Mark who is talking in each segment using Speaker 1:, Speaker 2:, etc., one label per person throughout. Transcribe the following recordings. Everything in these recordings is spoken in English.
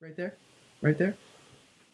Speaker 1: Right there. Right there.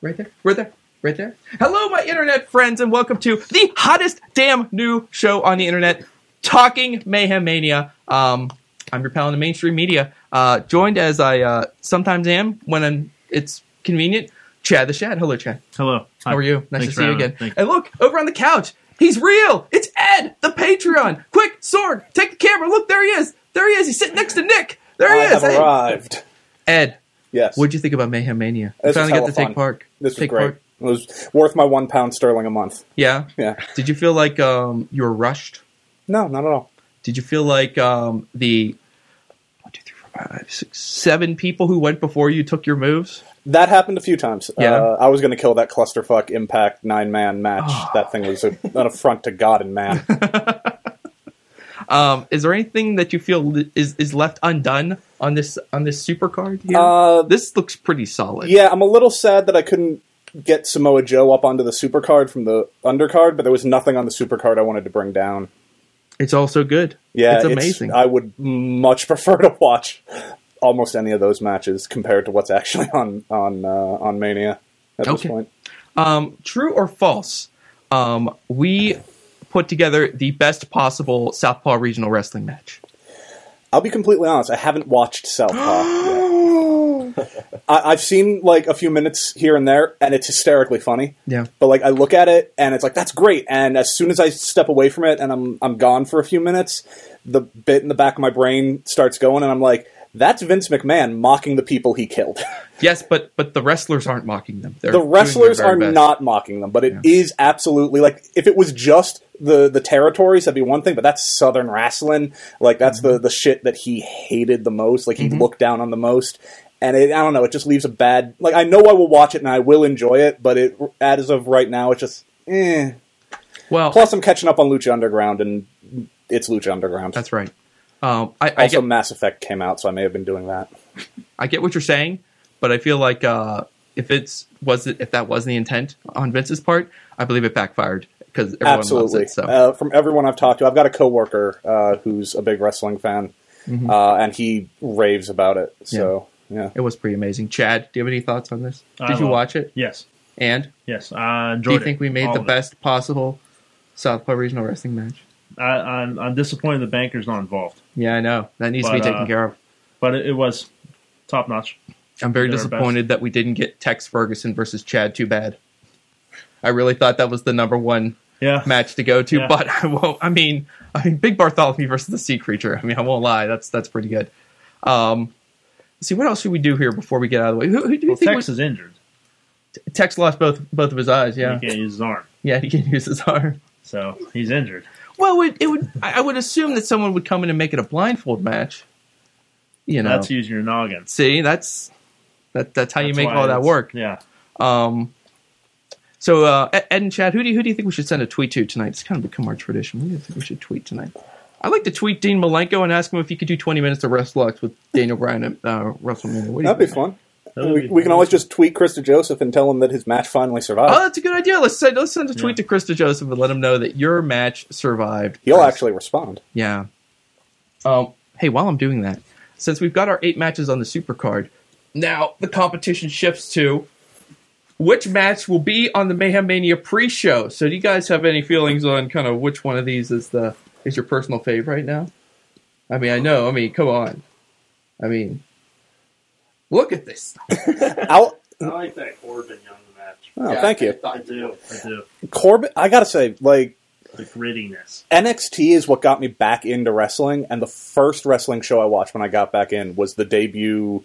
Speaker 1: Right there. Right there. Right there. Hello, my internet friends, and welcome to the hottest damn new show on the internet, Talking Mayhem Mania. Um, I'm your pal in the mainstream media, uh, joined as I uh, sometimes am when I'm, it's convenient. Chad the Shad. Hello, Chad.
Speaker 2: Hello. Hi.
Speaker 1: How are you? Nice
Speaker 2: Thanks
Speaker 1: to see
Speaker 2: for
Speaker 1: you
Speaker 2: having
Speaker 1: again.
Speaker 2: me. Thank-
Speaker 1: And look, over on the couch, he's real. It's Ed, the Patreon. Quick, sword, take the camera. Look, there he is. There he is. He's sitting next to Nick. There he
Speaker 3: I
Speaker 1: is.
Speaker 3: have
Speaker 1: Hey.
Speaker 3: arrived.
Speaker 1: Ed,
Speaker 3: Yes.
Speaker 1: What'd you think about Mayhem Mania? You
Speaker 3: This was
Speaker 1: finally got
Speaker 3: hella
Speaker 1: to take
Speaker 3: fun.
Speaker 1: part.
Speaker 3: this was
Speaker 1: take
Speaker 3: great.
Speaker 1: part.
Speaker 3: It was worth my one pound sterling a month.
Speaker 1: Yeah.
Speaker 3: Yeah.
Speaker 1: Did you feel like um, you were rushed?
Speaker 3: No, not at all.
Speaker 1: Did you feel like um, the one, two, three, four, five, six, seven people who went before you took your moves?
Speaker 3: That happened a few times.
Speaker 1: Yeah.
Speaker 3: Uh, I was going to kill that clusterfuck impact nine man match. That thing was a, an affront to God and man.
Speaker 1: Um, is there anything that you feel li- is is left undone on this on this super card here?
Speaker 3: Uh,
Speaker 1: this looks pretty solid.
Speaker 3: yeah, I'm a little sad that I couldn't get Samoa Joe up onto the supercard from the undercard, but there was nothing on the supercard I wanted to bring down.
Speaker 1: It's also good.
Speaker 3: Yeah,
Speaker 1: it's amazing.
Speaker 3: I would much prefer to watch almost any of those matches compared to what's actually on on uh, on Mania at
Speaker 1: Okay.
Speaker 3: this point.
Speaker 1: Um, true or false? Um, we put together the best possible Southpaw regional wrestling match.
Speaker 3: I'll be completely honest. I haven't watched Southpaw. yet. I, I've seen like a few minutes here and there, and it's hysterically funny.
Speaker 1: Yeah.
Speaker 3: But like, I look at it and it's like that's great. And as soon as I step away from it and I'm I'm gone for a few minutes, the bit in the back of my brain starts going, and I'm like, that's Vince McMahon mocking the people he killed.
Speaker 1: Yes, but but the wrestlers aren't mocking them. They're
Speaker 3: the
Speaker 1: doing their
Speaker 3: wrestlers
Speaker 1: very
Speaker 3: are
Speaker 1: best.
Speaker 3: not mocking them, but it is absolutely like if it was just the the territories, that'd be one thing. But that's Southern wrestling, like that's
Speaker 1: Mm-hmm.
Speaker 3: the the shit that he hated the most, like he looked down on the most. And it, I don't know, it just leaves a bad. Like I know I will watch it and I will enjoy it, but it as of right now, it's just eh.
Speaker 1: Well,
Speaker 3: Plus, I'm catching up on Lucha Underground, and it's Lucha Underground.
Speaker 1: that's right. Um, I, I
Speaker 3: also
Speaker 1: get
Speaker 3: Mass Effect came out, so I may have been doing that.
Speaker 1: I get what you're saying, but I feel like uh, if it's was it, if that was the intent on Vince's part, I believe it backfired because everyone
Speaker 3: Absolutely.
Speaker 1: loves it. So
Speaker 3: uh, from everyone I've talked to, I've got a coworker uh, who's a big wrestling fan, uh, and he raves about it. So yeah,
Speaker 1: it was pretty amazing. Chad, do you have any thoughts on this?
Speaker 2: I
Speaker 1: Did you
Speaker 2: love
Speaker 1: watch it?
Speaker 2: Yes.
Speaker 1: And
Speaker 2: Yes. I
Speaker 1: do
Speaker 2: enjoyed
Speaker 1: you
Speaker 2: it.
Speaker 1: think we made
Speaker 2: All
Speaker 1: the
Speaker 2: of it.
Speaker 1: best possible Southpaw Regional Wrestling match?
Speaker 2: I, I'm, I'm disappointed the banker's not involved,
Speaker 1: Yeah, I know that needs to be
Speaker 2: But,
Speaker 1: taken
Speaker 2: uh,
Speaker 1: care of.
Speaker 2: but it, it was top notch.
Speaker 1: I'm very
Speaker 2: did our
Speaker 1: disappointed that we didn't get Tex Ferguson versus Chad. Too bad. I really thought that was the number one
Speaker 2: Yeah.
Speaker 1: match to go to,
Speaker 2: Yeah.
Speaker 1: but I won't. I mean, I mean, Big Bartholomew versus the Sea Creature. I mean, I won't lie. That's that's pretty good. Um, let's see what else should we do here before we get out of the way? Who, who do you
Speaker 2: well,
Speaker 1: think?
Speaker 2: Tex is injured.
Speaker 1: was- Tex lost both both of his eyes. Yeah,
Speaker 2: He can't use his arm,
Speaker 1: yeah, he can use his arm.
Speaker 2: so he's injured.
Speaker 1: Well, it, it would. I I would assume that someone would come in and make it a blindfold match. You know,
Speaker 2: That's using your noggin.
Speaker 1: see, that's that, that's how you
Speaker 2: That's
Speaker 1: make
Speaker 2: why
Speaker 1: all that
Speaker 2: it's-
Speaker 1: work.
Speaker 2: Yeah.
Speaker 1: Um, so uh, Ed Ed and Chad, who do you, who do you think we should send a tweet to tonight? It's kind of become our tradition. Who do you think we should tweet tonight? I'd like to tweet Dean Malenko and ask him if he could do 20 minutes of WrestleX with Daniel Bryan at uh, WrestleMania. What do you
Speaker 3: that'd be
Speaker 1: think?
Speaker 3: fun.
Speaker 2: That would
Speaker 3: We,
Speaker 2: be-
Speaker 3: we can always just tweet Krista Joseph and tell him that his match finally survived.
Speaker 1: Oh, that's a good idea. Let's send let's send a tweet to Krista Joseph and let him know that your match survived.
Speaker 3: He'll
Speaker 1: Chris.
Speaker 3: actually respond.
Speaker 1: yeah. Um, hey, while I'm doing that, since we've got our eight matches on the supercard, now the competition shifts to which match will be on the Mayhem Mania pre-show. So, do you guys have any feelings on kind of which one of these is the is your personal fave right now? I mean, I know. I mean, come on. I mean, look at this.
Speaker 3: I'll,
Speaker 4: I like that Corbin Young match.
Speaker 3: oh, thank you,
Speaker 4: I do. I do.
Speaker 3: Corbin. I gotta say, like
Speaker 4: The grittiness.
Speaker 3: NXT is what got me back into wrestling, and the first wrestling show I watched when I got back in was the debut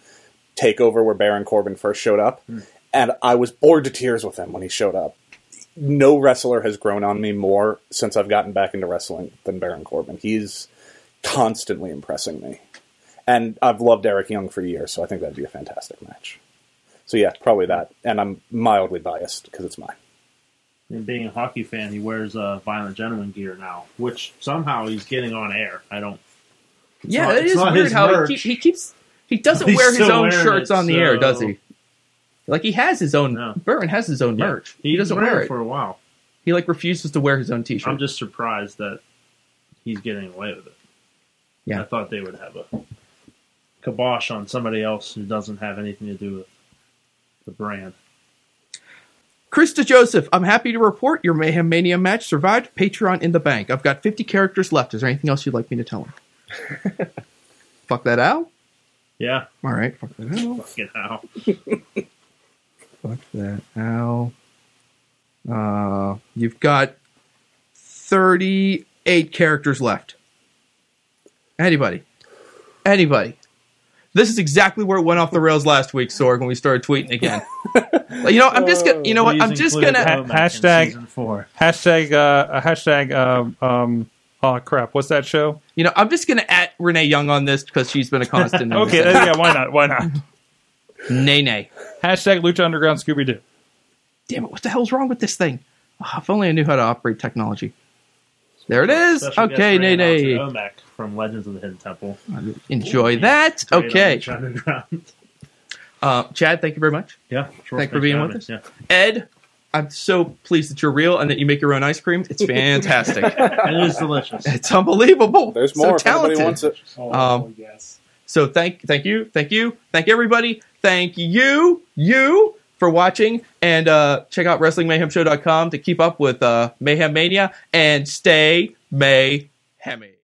Speaker 3: takeover where Baron Corbin first showed up, and I was bored to tears with him when he showed up. No wrestler has grown on me more since I've gotten back into wrestling than Baron Corbin. He's constantly impressing me, and I've loved Eric Young for years, so I think that'd be a fantastic match. So yeah, probably that, and I'm mildly biased because it's mine.
Speaker 4: And being a hockey fan, he wears uh, violent gentleman gear now, which somehow he's getting on air. I don't.
Speaker 1: yeah,
Speaker 4: not-
Speaker 1: it
Speaker 4: it's
Speaker 1: is
Speaker 4: not
Speaker 1: weird
Speaker 4: his
Speaker 1: how
Speaker 4: merch.
Speaker 1: he, keep, he keeps he doesn't
Speaker 4: He's
Speaker 1: wear his
Speaker 4: still
Speaker 1: own
Speaker 4: wearing
Speaker 1: shirts
Speaker 4: it,
Speaker 1: on the air,
Speaker 4: so-
Speaker 1: does he? Like he has his own.
Speaker 4: No.
Speaker 1: Baron has his own merch.
Speaker 4: Yeah,
Speaker 1: he doesn't
Speaker 4: he's wearing
Speaker 1: wear it.
Speaker 4: for a while.
Speaker 1: He like refuses to wear his own T-shirt.
Speaker 4: I'm just surprised that he's getting away with it.
Speaker 1: Yeah.
Speaker 4: I thought they would have a kibosh on somebody else who doesn't have anything to do with the brand.
Speaker 1: Krista Joseph, I'm happy to report your Mayhem Mania match survived. Patreon in the bank. I've got 50 characters left. Is there anything else you'd like me to tell him? fuck that out.
Speaker 4: Yeah,
Speaker 1: All right, fuck that out.
Speaker 4: fucking hell.
Speaker 1: Fuck that out. Uh, you've got 38 characters left. Anybody? Anybody? This is exactly where it went off the rails last week, Sorg, when we started tweeting again. Like, you know, I'm just gonna. You know what?
Speaker 4: Please
Speaker 1: I'm just
Speaker 4: include
Speaker 1: gonna.
Speaker 4: Womack in
Speaker 5: Hashtag-
Speaker 4: season four.
Speaker 5: Hashtag uh, hashtag um, um oh crap, what's that show?
Speaker 1: You know, I'm just going to at Renee Young on this because she's been a constant. in
Speaker 5: Okay,
Speaker 1: this.
Speaker 5: uh, yeah, why not? Why not?
Speaker 1: Nay, nay.
Speaker 5: Hashtag Lucha Underground Scooby Doo.
Speaker 1: Damn it, what the hell's wrong with this thing? Ah, if only I knew how to operate technology. There it is.
Speaker 4: Special guest
Speaker 1: okay, nay,
Speaker 4: ring
Speaker 1: nay.
Speaker 4: announcer Omek from Legends of the Hidden Temple.
Speaker 1: Enjoy that. Okay.
Speaker 4: Straight on the underground.
Speaker 1: Uh, Chad, thank you very much.
Speaker 4: yeah, sure.
Speaker 1: Thanks for being
Speaker 4: having
Speaker 1: with us.
Speaker 4: Yeah.
Speaker 1: Ed, I'm so pleased that you're real and that you make your own ice cream. It's fantastic.
Speaker 4: it is delicious.
Speaker 1: it's unbelievable.
Speaker 3: There's
Speaker 1: So
Speaker 3: more if
Speaker 1: talented.
Speaker 3: anybody wants it.
Speaker 6: Oh,
Speaker 1: Um,
Speaker 6: yes.
Speaker 1: So thank thank you, thank you, thank everybody, thank you, you for watching and uh, check out WrestlingMayhemShow.com to keep up with uh, Mayhem Mania and stay Mayhem.